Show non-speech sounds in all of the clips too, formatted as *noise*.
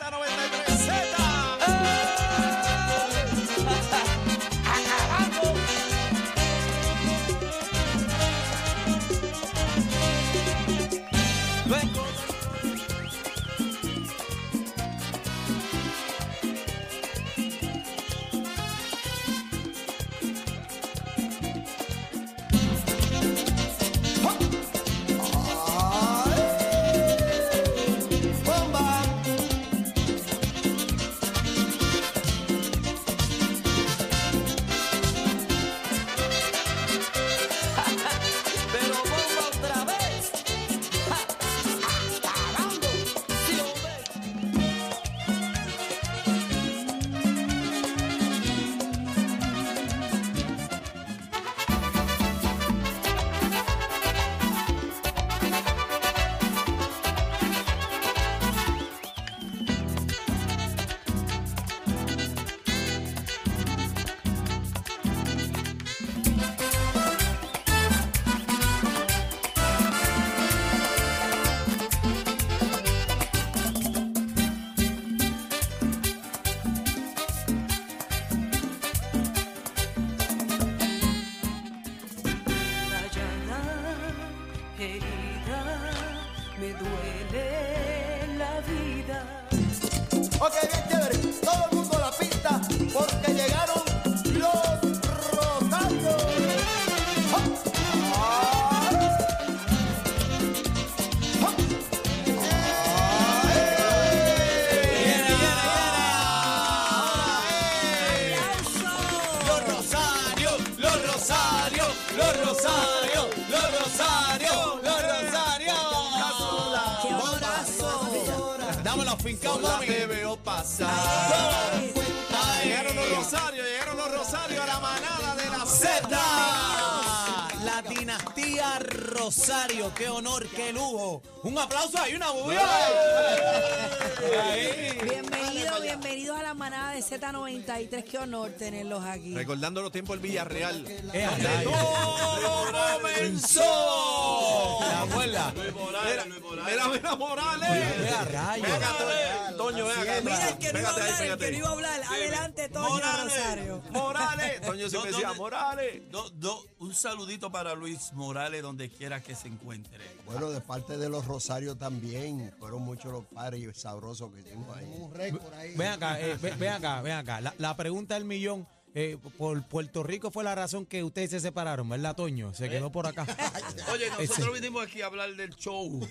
Z93Z. Acabando. Luego. Bomba. Pero bomba otra vez. Ja, ja, Acabando. Sí, hombre. Callada, herida, me duele la vida. Ok, bien chévere. Todo el mundo a la pista porque llegaron los rosarios. Los Rosarios, los Rosarios, los Rosarios, los Rosarios, los Rosarios. Corazón. Dame los fincados, mami. Te veo pasar. Llegaron los Rosarios, llegaron los Rosarios a la manada de la Z. La dinastía Rosario, qué honor, qué lujo. Un aplauso ahí, una bulla. Bienvenidos, bienvenidos a la manada de Z93. Qué honor tenerlos aquí. Recordando los tiempos del Villarreal. Eh, Donde todo comenzó. La abuela. Mira, mira, mira, Morales. Mira, rayos. Venga, Toño, Toño, ven acá. Mira, el que no iba a Pégate ahí, hablar, el pégate que no ahí. iba a hablar. Adelante, *laughs* Toño Rosario. Morales. Toño siempre No, decía, ¿dónde? Morales. Do- do- un saludito para Luis Morales donde quiera que se encuentre. Bueno, de parte de los Rosarios también. Fueron muchos los pares sabrosos que hicimos ahí. Ven acá, eh, ve- ven acá, ven acá. La, la pregunta del millón. eh, por Puerto Rico fue la razón que ustedes se separaron, ¿verdad, Toño? Se quedó *laughs* por acá. Oye, Ese- nosotros vinimos aquí a hablar del show. *laughs*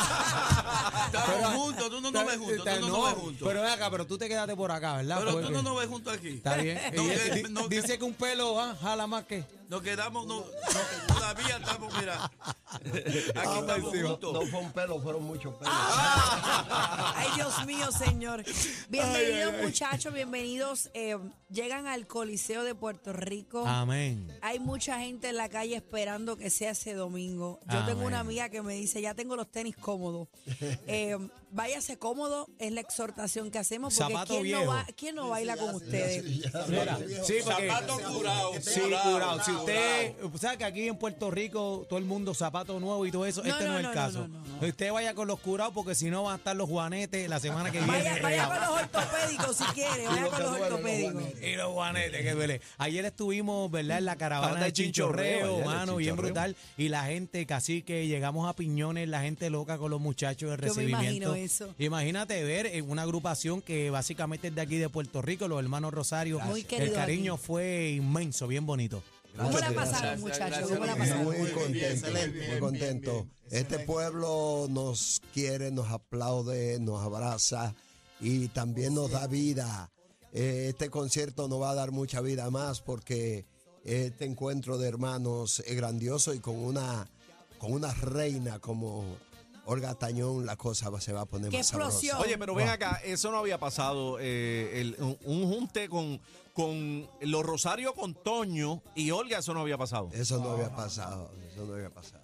Ah. Estamos juntos, tú no nos ves juntos, tú no nos ves juntos. Pero ven acá, pero tú te quedaste por acá, ¿verdad? Pero Fue tú que- no nos ves juntos aquí. Está *laughs* bien. No, Y- que- di- no, que- dice que un pelo ah, jala más que. Nos quedamos, no, no, todavía estamos, mira. Aquí Ah, estamos No juntos. fue un pelo, fueron muchos pelos. Ah, Ay, Dios mío, señor. Bienvenidos, muchachos, bienvenidos. Eh, llegan al Coliseo de Puerto Rico. Amén. Hay mucha gente en la calle esperando que sea ese domingo. Yo tengo Amén. una amiga que me dice, ya tengo los tenis cómodos. Eh, váyase cómodo, es la exhortación que hacemos. Porque Zapato ¿quién, viejo. No va- ¿quién no baila con ustedes? Mira, sí, porque- Zapato curado, Sí, curado, curado. Si usted, sabe que aquí en Puerto Rico todo el mundo zapato nuevo y todo eso, No, este no, no, es el no, caso. no, Usted vaya con los curados porque si no van a estar los juanetes la semana que viene. Vaya, vaya con los ortopédicos si quiere, vaya con los ortopédicos. Y los guanetes, que duele. Ayer estuvimos, ¿verdad? En la caravana Caravana de de chinchorreo, chinchorreo, ayer, mano, bien chinchorreo. brutal. Y la gente, casi que llegamos a piñones, la gente loca con los muchachos Yo me de recibimiento. imagino eso. Imagínate ver en una agrupación que básicamente es de aquí de Puerto Rico, los hermanos Rosario. Muy el querido cariño aquí. fue inmenso, bien bonito. ¿Cómo la Gracias. pasaron, muchachos? gracias, ¿Cómo la gracias. pasaron? Muy bien, contento, excelente, muy bien, contento. Este pueblo nos quiere, nos aplaude, nos abraza y también nos da vida. Eh, Este concierto no va a dar mucha vida más porque este encuentro de hermanos es grandioso y con una, con una reina como Olga Tañón la cosa va- se va a poner ¡Qué más sabrosa. explosión! Oye, pero ven acá, eso no había pasado. eh, el- un, un junte con, con los Rosario con Toño y Olga, eso no había pasado. Eso no había pasado, eso no había pasado.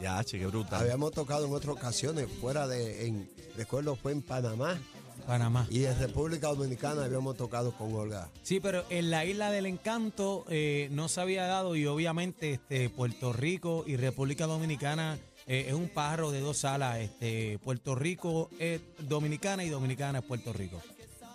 Ya, che, qué brutal. Habíamos tocado en otras ocasiones, fuera de, en, recuerdo fue en Panamá Panamá. y en República Dominicana habíamos tocado con Olga. Sí, pero en la isla del encanto eh, no se había dado y obviamente este, Puerto Rico y República Dominicana Eh, es un pájaro de dos alas. Este, Puerto Rico es dominicana y dominicana es Puerto Rico.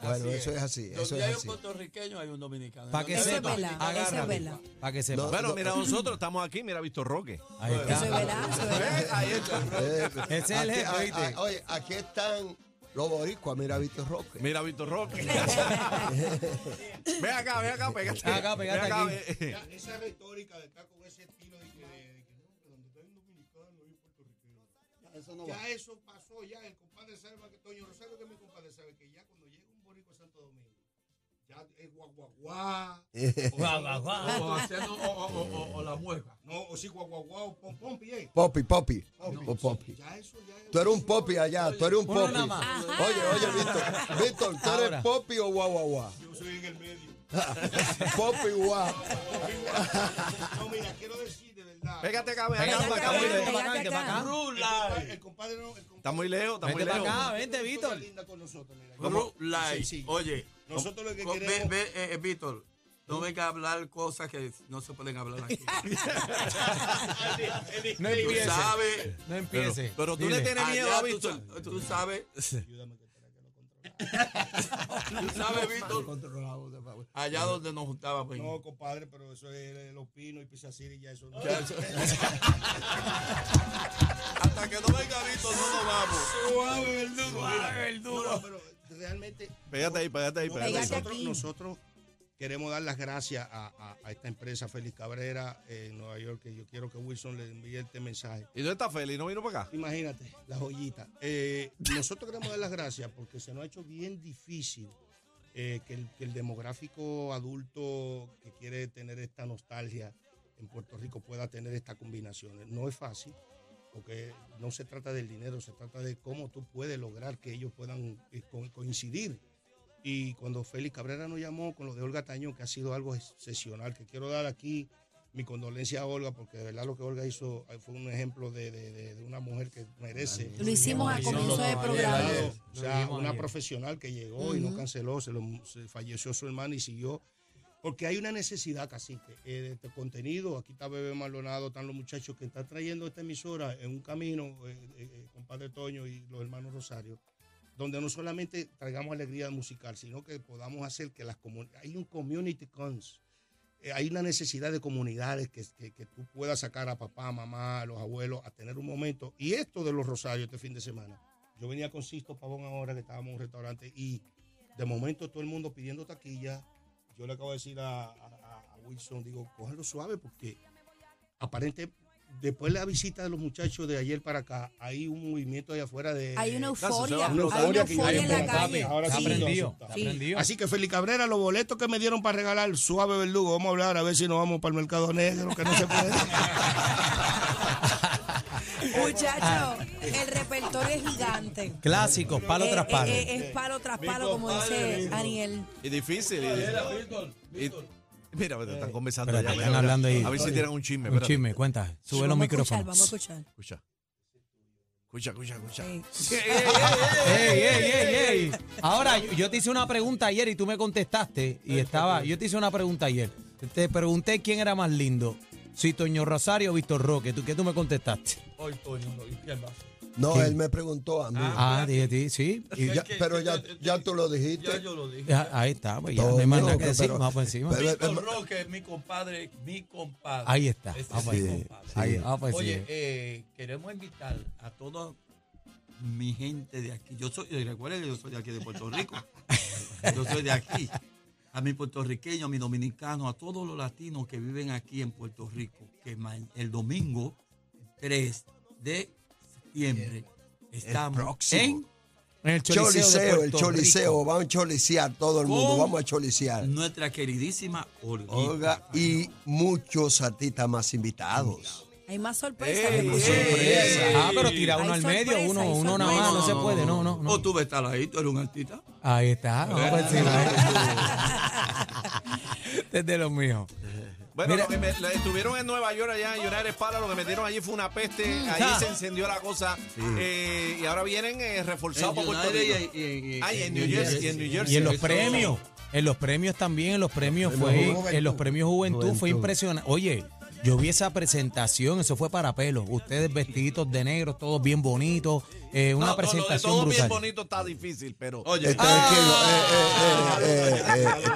Bueno, eso es así. Eso Donde es hay un así. puertorriqueño hay un dominicano. Para que Eso es sepa, verdad, eso es verdad. Para que sepa. No, Bueno, no, mira, nosotros estamos aquí, mira, Víctor Roque. Ahí está. Eso es verdad, eso es verdad. ¿Ves? Ahí está. Eh, Ese es el aquí- jefe, a- a- ¿oíste? Oye, aquí están los boricuas, mira, Víctor Roque. Mira, Víctor Roque. ve acá, ve acá, pégate. eh, Acá, pégate Ve aquí. ve- Esa retórica de estar con ese estilo de que, de que no, que donde está el dominicano y el puertorriqueño. Eso no va. Ya eso pasó, ya el compadre sabe, más que Toño Rosario, que mi compadre sabe que ya cuando llega un borico a Santo Domingo, ya es guaguaguá. o- Guaguaguá. O, haciendo- o, o, o, o- o la mueca. No, o sí, guaguaguá, o pom pom, pie. Popi, Popi. O Popi. Ya eso ya es. Oh, Tú eres un Popi ah. allá, tú eres un Uno Popi. nada más. Ajá. Oye, oye, Víctor, Víctor, ¿tú eres Ahora. Popi o guau, guau, guau? Yo soy en el medio. Popi, guau. No, mira, quiero decir de verdad. Pégate acá, ve Pégate acá, acá, ve acá. vente pégate para acá, vente acá. para acá. El compadre- El compadre no. El compadre Está muy lejos, está muy Vente para lejos. acá, vente, Víctor. linda con *laughs* nosotros, mira. Blue Light. Sí, sí. Oye, Nosotros lo que con- ve- queremos- ve, eh, eh, Víctor, no venga a hablar cosas que no se pueden hablar *laughs* aquí. No Tú empieces. sabes. No Pero, empieces. pero tú le Dile. tienes miedo allá a tú Víctor. sa- Tú, sabes. Tú *laughs* sabes, Víctor, allá donde nos juntábamos. No, compadre, pero eso es los pinos y pisacir y ya eso no. Ya *laughs* eso- Hasta que no venga Víctor, no nos vamos. Suave, verdugo. Suave, verdugo. pero realmente. Pégate ahí, pégate ahí, pégate ahí. Pégate nosotros, aquí. nosotros queremos dar las gracias a, a- a esta empresa, Félix Cabrera, eh, en Nueva York, que yo quiero que Wilson le envíe este mensaje. ¿Y dónde está Feli? ¿No vino para acá? Imagínate, la joyita. Eh, nosotros queremos dar las gracias porque se nos ha hecho bien difícil eh, que, el, que el demográfico adulto que quiere tener esta nostalgia en Puerto Rico pueda tener estas combinaciones. No es fácil porque no se trata del dinero, se trata de cómo tú puedes lograr que ellos puedan eh, co- coincidir. Y cuando Félix Cabrera nos llamó con lo de Olga Tañón, que ha sido algo excepcional, que quiero dar aquí mi condolencia a Olga, porque de verdad lo que Olga hizo eh, fue un ejemplo de, de- de- de una mujer que merece. Lo hicimos a Ayer, comienzo de ayer, programa. ayer. O sea, dijimos una ayer. profesional que llegó y no canceló, se, lo- se falleció su hermana y siguió. Porque hay una necesidad, cacique, eh, de este contenido. Aquí está Bebé Maldonado, están los muchachos que están trayendo esta emisora en un camino, eh, eh, eh, compadre Toño y los hermanos Rosario, donde no solamente traigamos alegría musical, sino que podamos hacer que las comunidades. Hay un community cons. Eh, hay una necesidad de comunidades que, que- que tú puedas sacar a papá, mamá, a los abuelos a tener un momento. Y esto de los Rosarios este fin de semana. Yo venía con Sisto Pavón ahora que estábamos en un restaurante y de momento todo el mundo pidiendo taquilla. Yo le acabo de decir a, a- a Wilson, digo, cógelo suave porque aparente, después de la visita de los muchachos de ayer para acá, hay un movimiento allá afuera de... Hay una euforia, hay Una una euforia que euforia en la Papi, calle. ahora Está sí, prendido, entonces, está sí. prendido. Así que Félix Cabrera, los boletos que me dieron para regalar, suave verdugo, vamos a hablar a ver si nos vamos para el mercado negro, que no se puede. Muchachos, el repertorio es gigante. Clásicos, palo Eh, tras eh, palo. eh, es palo tras palo, como dice Aniel. Y difícil. y- y- Mira, te están conversando Eh, allá, Espérate, están mira, mira. hablando ahí. A ver si tiran un chisme. Un espérate. chisme, cuenta. Sube eh. los Vamos a escuchar, micrófonos. Vamos a escuchar. Escucha. Escucha, escucha, escucha. *laughs* Sí. ¡Ey, ey, ey, ey! *laughs* Ahora, yo, yo te hice una pregunta ayer y tú me contestaste. Y estaba. Yo te hice una pregunta ayer. Te pregunté quién era más lindo. Si Toño Rosario o Víctor Roque. ¿Tú, ¿Qué tú me contestaste? Hoy, Toño, no, ¿y quién más? No, él me preguntó a mí. Ah, dije, sí, sí. Y ya- que- pero ya, que- ya tú lo dijiste. Ya yo lo dije. Ah, Ahí está, pues ya Toño no hay más nada que Roque, decir. pero- Vamos por encima. pero- Víctor Roque, mi compadre, mi compadre. Ahí está. Ah, Ese pues, es Vamos mi ahí. compadre. Ahí, ah, pues Oye, sí. eh, queremos invitar a toda mi gente de aquí. Yo soy, y recuerden que yo soy de aquí de Puerto *laughs* Rico. Yo soy de aquí. A mi puertorriqueño, a mi dominicano, a todos los latinos que viven aquí en Puerto Rico, que ma- el domingo 3 de septiembre estamos próximo. en En el Choliseo, de Choliseo, el Puerto Rico. Choliseo. Vamos a cholisear todo el mundo. Con- Vamos a cholisear. nuestra queridísima Olga. Olga y muchos artistas más Ah. invitados. Eh, Hay más sorpresas. Ey, ¿no? ey, Sorpresa. Ah, pero tira Hay uno al medio, sorpresa, uno, hay uno nada sorpresa. más, no, se puede, no, no. O no. tú ves, estar ahí, tú eres un artista. Ahí está, vamos por encima. Desde los míos. Bueno, Mira. lo que me- la- estuvieron en Nueva York allá en United Palace, lo que metieron allí fue una peste, ahí Ah. se encendió la cosa eh, y ahora vienen eh, reforzados por Puerto Rico. United y- y- y- Ay, en New Jersey, y en New Jersey. Y en los Eso- premios, en los premios también, en los premios premios fue, Juventud. en los premios Juventud fue Juventud. impresionante. Oye, Yo vi esa presentación, eso fue para pelo. Ustedes vestiditos de negro, todos bien bonitos. eh, una No, no, lo de presentación todo bien brutal. bonito está difícil, pero. Oye, Eh, tranquilo, eh, eh, eh, eh, eh,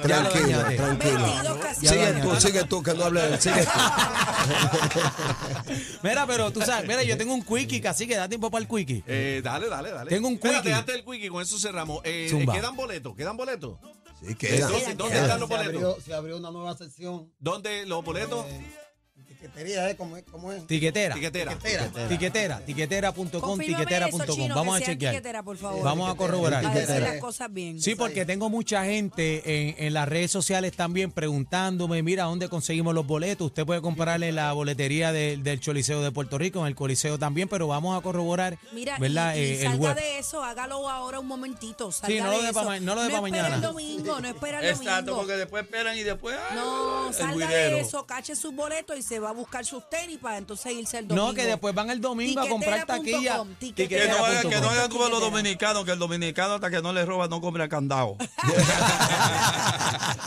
Ya lo tranquilo, dañaste. tranquilo. Vestido casi. Ya Sigue dañaste. tú, sigue tú, que no hables, sigue tú. *laughs* Mira, pero tú sabes, mira, yo tengo un quickie, así que da tiempo para el quickie. Eh, dale, dale, dale. Tengo un Espérate, quickie. antes del quickie, con eso cerramos. Eh, Zumba. ¿Quedan boletos? ¿Quedan boletos? Sí, queda. Entonces, ¿dónde están los se, boletos? abrió, se abrió una nueva sección. ¿Dónde los boletos? eh, Tiquetería, ¿eh? ¿Cómo es? ¿Cómo es? Tiquetera. Tiquetera. Tiquetera, tiquetera.com, Confírmame eso, tiquetera.com. chino, Vamos que a sea chequear. tiquetera, por favor. Vamos a corroborar. Para decir Tiquetera. las cosas bien. Sí, porque tengo mucha gente en, en las redes sociales también preguntándome, mira, ¿dónde conseguimos los boletos? Usted puede comprarle la boletería del- del Choliseo de Puerto Rico, en el Coliseo también, pero vamos a corroborar, Mira, ¿verdad? y, y Eh, el salga web. *laughs* de eso, hágalo ahora un momentito. Salga Sí, no lo de deje pa' eso. ma- no lo deje pa' espera el mañana. domingo, no espera el Exacto, domingo. porque después esperan y después. ah, No, el salga guirero. de eso, cache sus boletos y se va a buscar sus tenis para entonces irse el domingo. No, que después van el domingo a comprar taquilla. Tiquetera.com, Que no hagan que no tiquetera.com. hagan como los dominicanos, que el dominicano hasta que no le roba no compra candado. *laughs*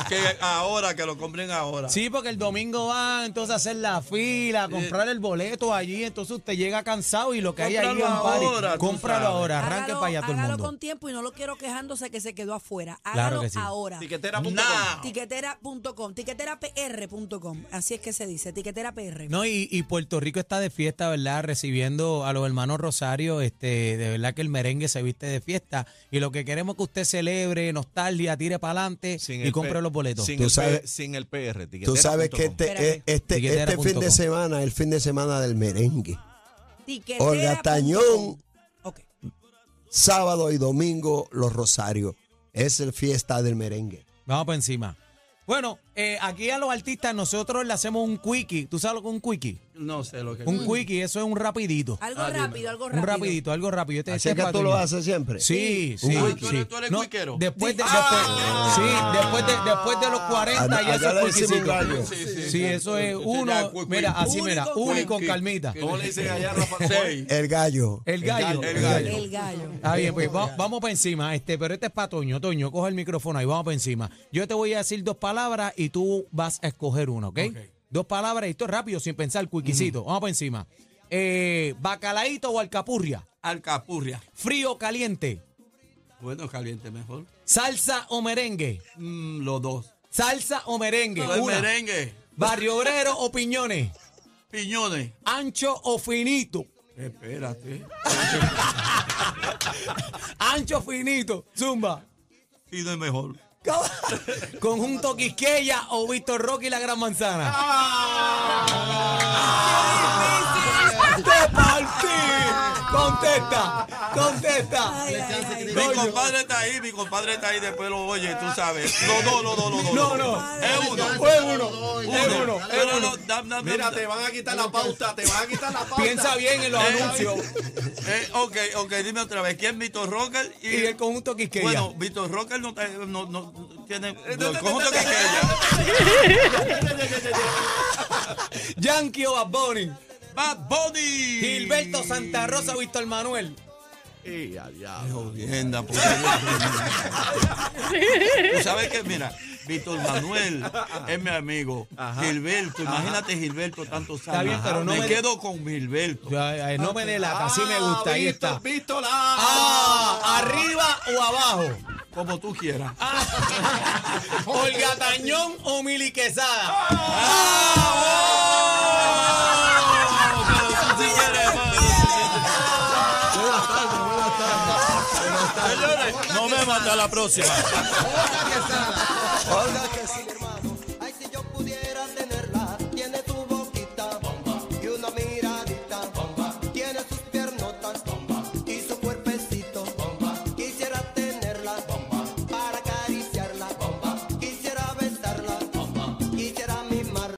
que ahora, que lo compren ahora. Sí, porque el domingo van entonces a hacer la fila, a comprar el boleto allí, entonces usted llega cansado y lo que hay ahí es Cómpralo un party. ahora, tú Cómpralo sabes. ahora, arranque para allá todo el hágalo mundo. con tiempo y no lo quiero quejándose que se quedó afuera. Hágalo Claro que sí. ahora. Tiquetera.com. Now. Tiquetera.com, tiqueterapr.com, así es que se dice, tiquetera PR. No, y, y Puerto Rico está de fiesta, ¿verdad? Recibiendo a los hermanos Rosario, este, de verdad que el merengue se viste de fiesta. Y lo que queremos es que usted celebre, nostalgia, tire para adelante Sin y el compre P- los boletos. Sin, Tú el, sabes- P- sin el PR. Tú sabes que tiquetera.com. este, este, este fin Tiquetera.com. de semana, el fin de semana del merengue. Tiquetera Olga Tañón. Ok. Sábado y domingo, los Rosarios. Es el fiesta del merengue. Vamos para encima. Bueno, eh, aquí a los artistas nosotros le hacemos un quickie. ¿Tú sabes lo que es un quickie? No sé lo que. Un quickie, eso es un rapidito. Ah, Algo rápido, algo rápido. Un rapidito, algo rápido. Este- Así este que es tú para lo Toño. haces siempre. Sí, sí, Ah, tú sí. eres- tú eres cuiquero. después de, Ah. después, sí, después de, después de los 40 Allá- ya eso allá Ah, le es decimos cuiquicito. gallo. Sí, sí, Sí, eso es uno, mira, así mira, uno y con calmita. ¿Cómo le dicen *laughs* allá, Rafa? Seis. El gallo. El gallo. El gallo. El gallo. Ah, bien, pues va- vamos para encima, este, pero este es para Toño. Toño, coge el micrófono ahí, vamos para encima. Yo te voy a decir dos palabras y tú vas a escoger una, ¿ok? Dos palabras y esto es rápido, sin pensar, cuiquicito. Vamos para encima. Eh, bacalaíto o alcapurria, Alcapurria. frío o caliente, Bueno, caliente mejor. salsa o merengue, Mm, los dos. salsa o merengue, El Una. merengue. barrio obrero o piñones, Piñones. ancho o finito, Espérate. ancho o finito, zumba, Fino es mejor. *laughs* conjunto Quisqueya o Víctor Roque y la Gran Manzana. ¡Te partí! Contesta, contesta. Ay, ay, ay. Mi compadre está ahí, mi compadre está ahí, después lo oye, tú sabes. No, no, no, no, no. No, no. Es uno. Es uno, es uno, es Pero uno. Eh, no, dame, dame, eh, Mira, dame. te van a quitar la pauta, te van a *laughs* quitar la pauta. Piensa bien en los Eh, anuncios Eh, ok, ok, dime otra vez. ¿Quién Víctor Rocker? Y, y el conjunto Quisqueya. Bueno, Víctor Rocker no, está- no, no tiene. Eh, No, el conjunto que queda. Yankee o Bad Bunny. Bad Bunny. Gilberto Santa Rosa o Víctor Manuel. Y al diablo. Jodienda, por Dios. Tú sabes que, mira, Víctor Manuel es mi amigo. Gilberto, imagínate Gilberto tantos años. Está bien, pero no me, me- quedo con Gilberto. Ay, ay, eh, No me delata, así me gusta, ahí Ah, Víctor, está. Víctor, ah. Ah, arriba o abajo. Como tú quieras. Ah, Olga Tañón o Mili Quesada. No, pero tú sí quieres, mano. Señores, nos vemos hasta la próxima. Olga, que sí.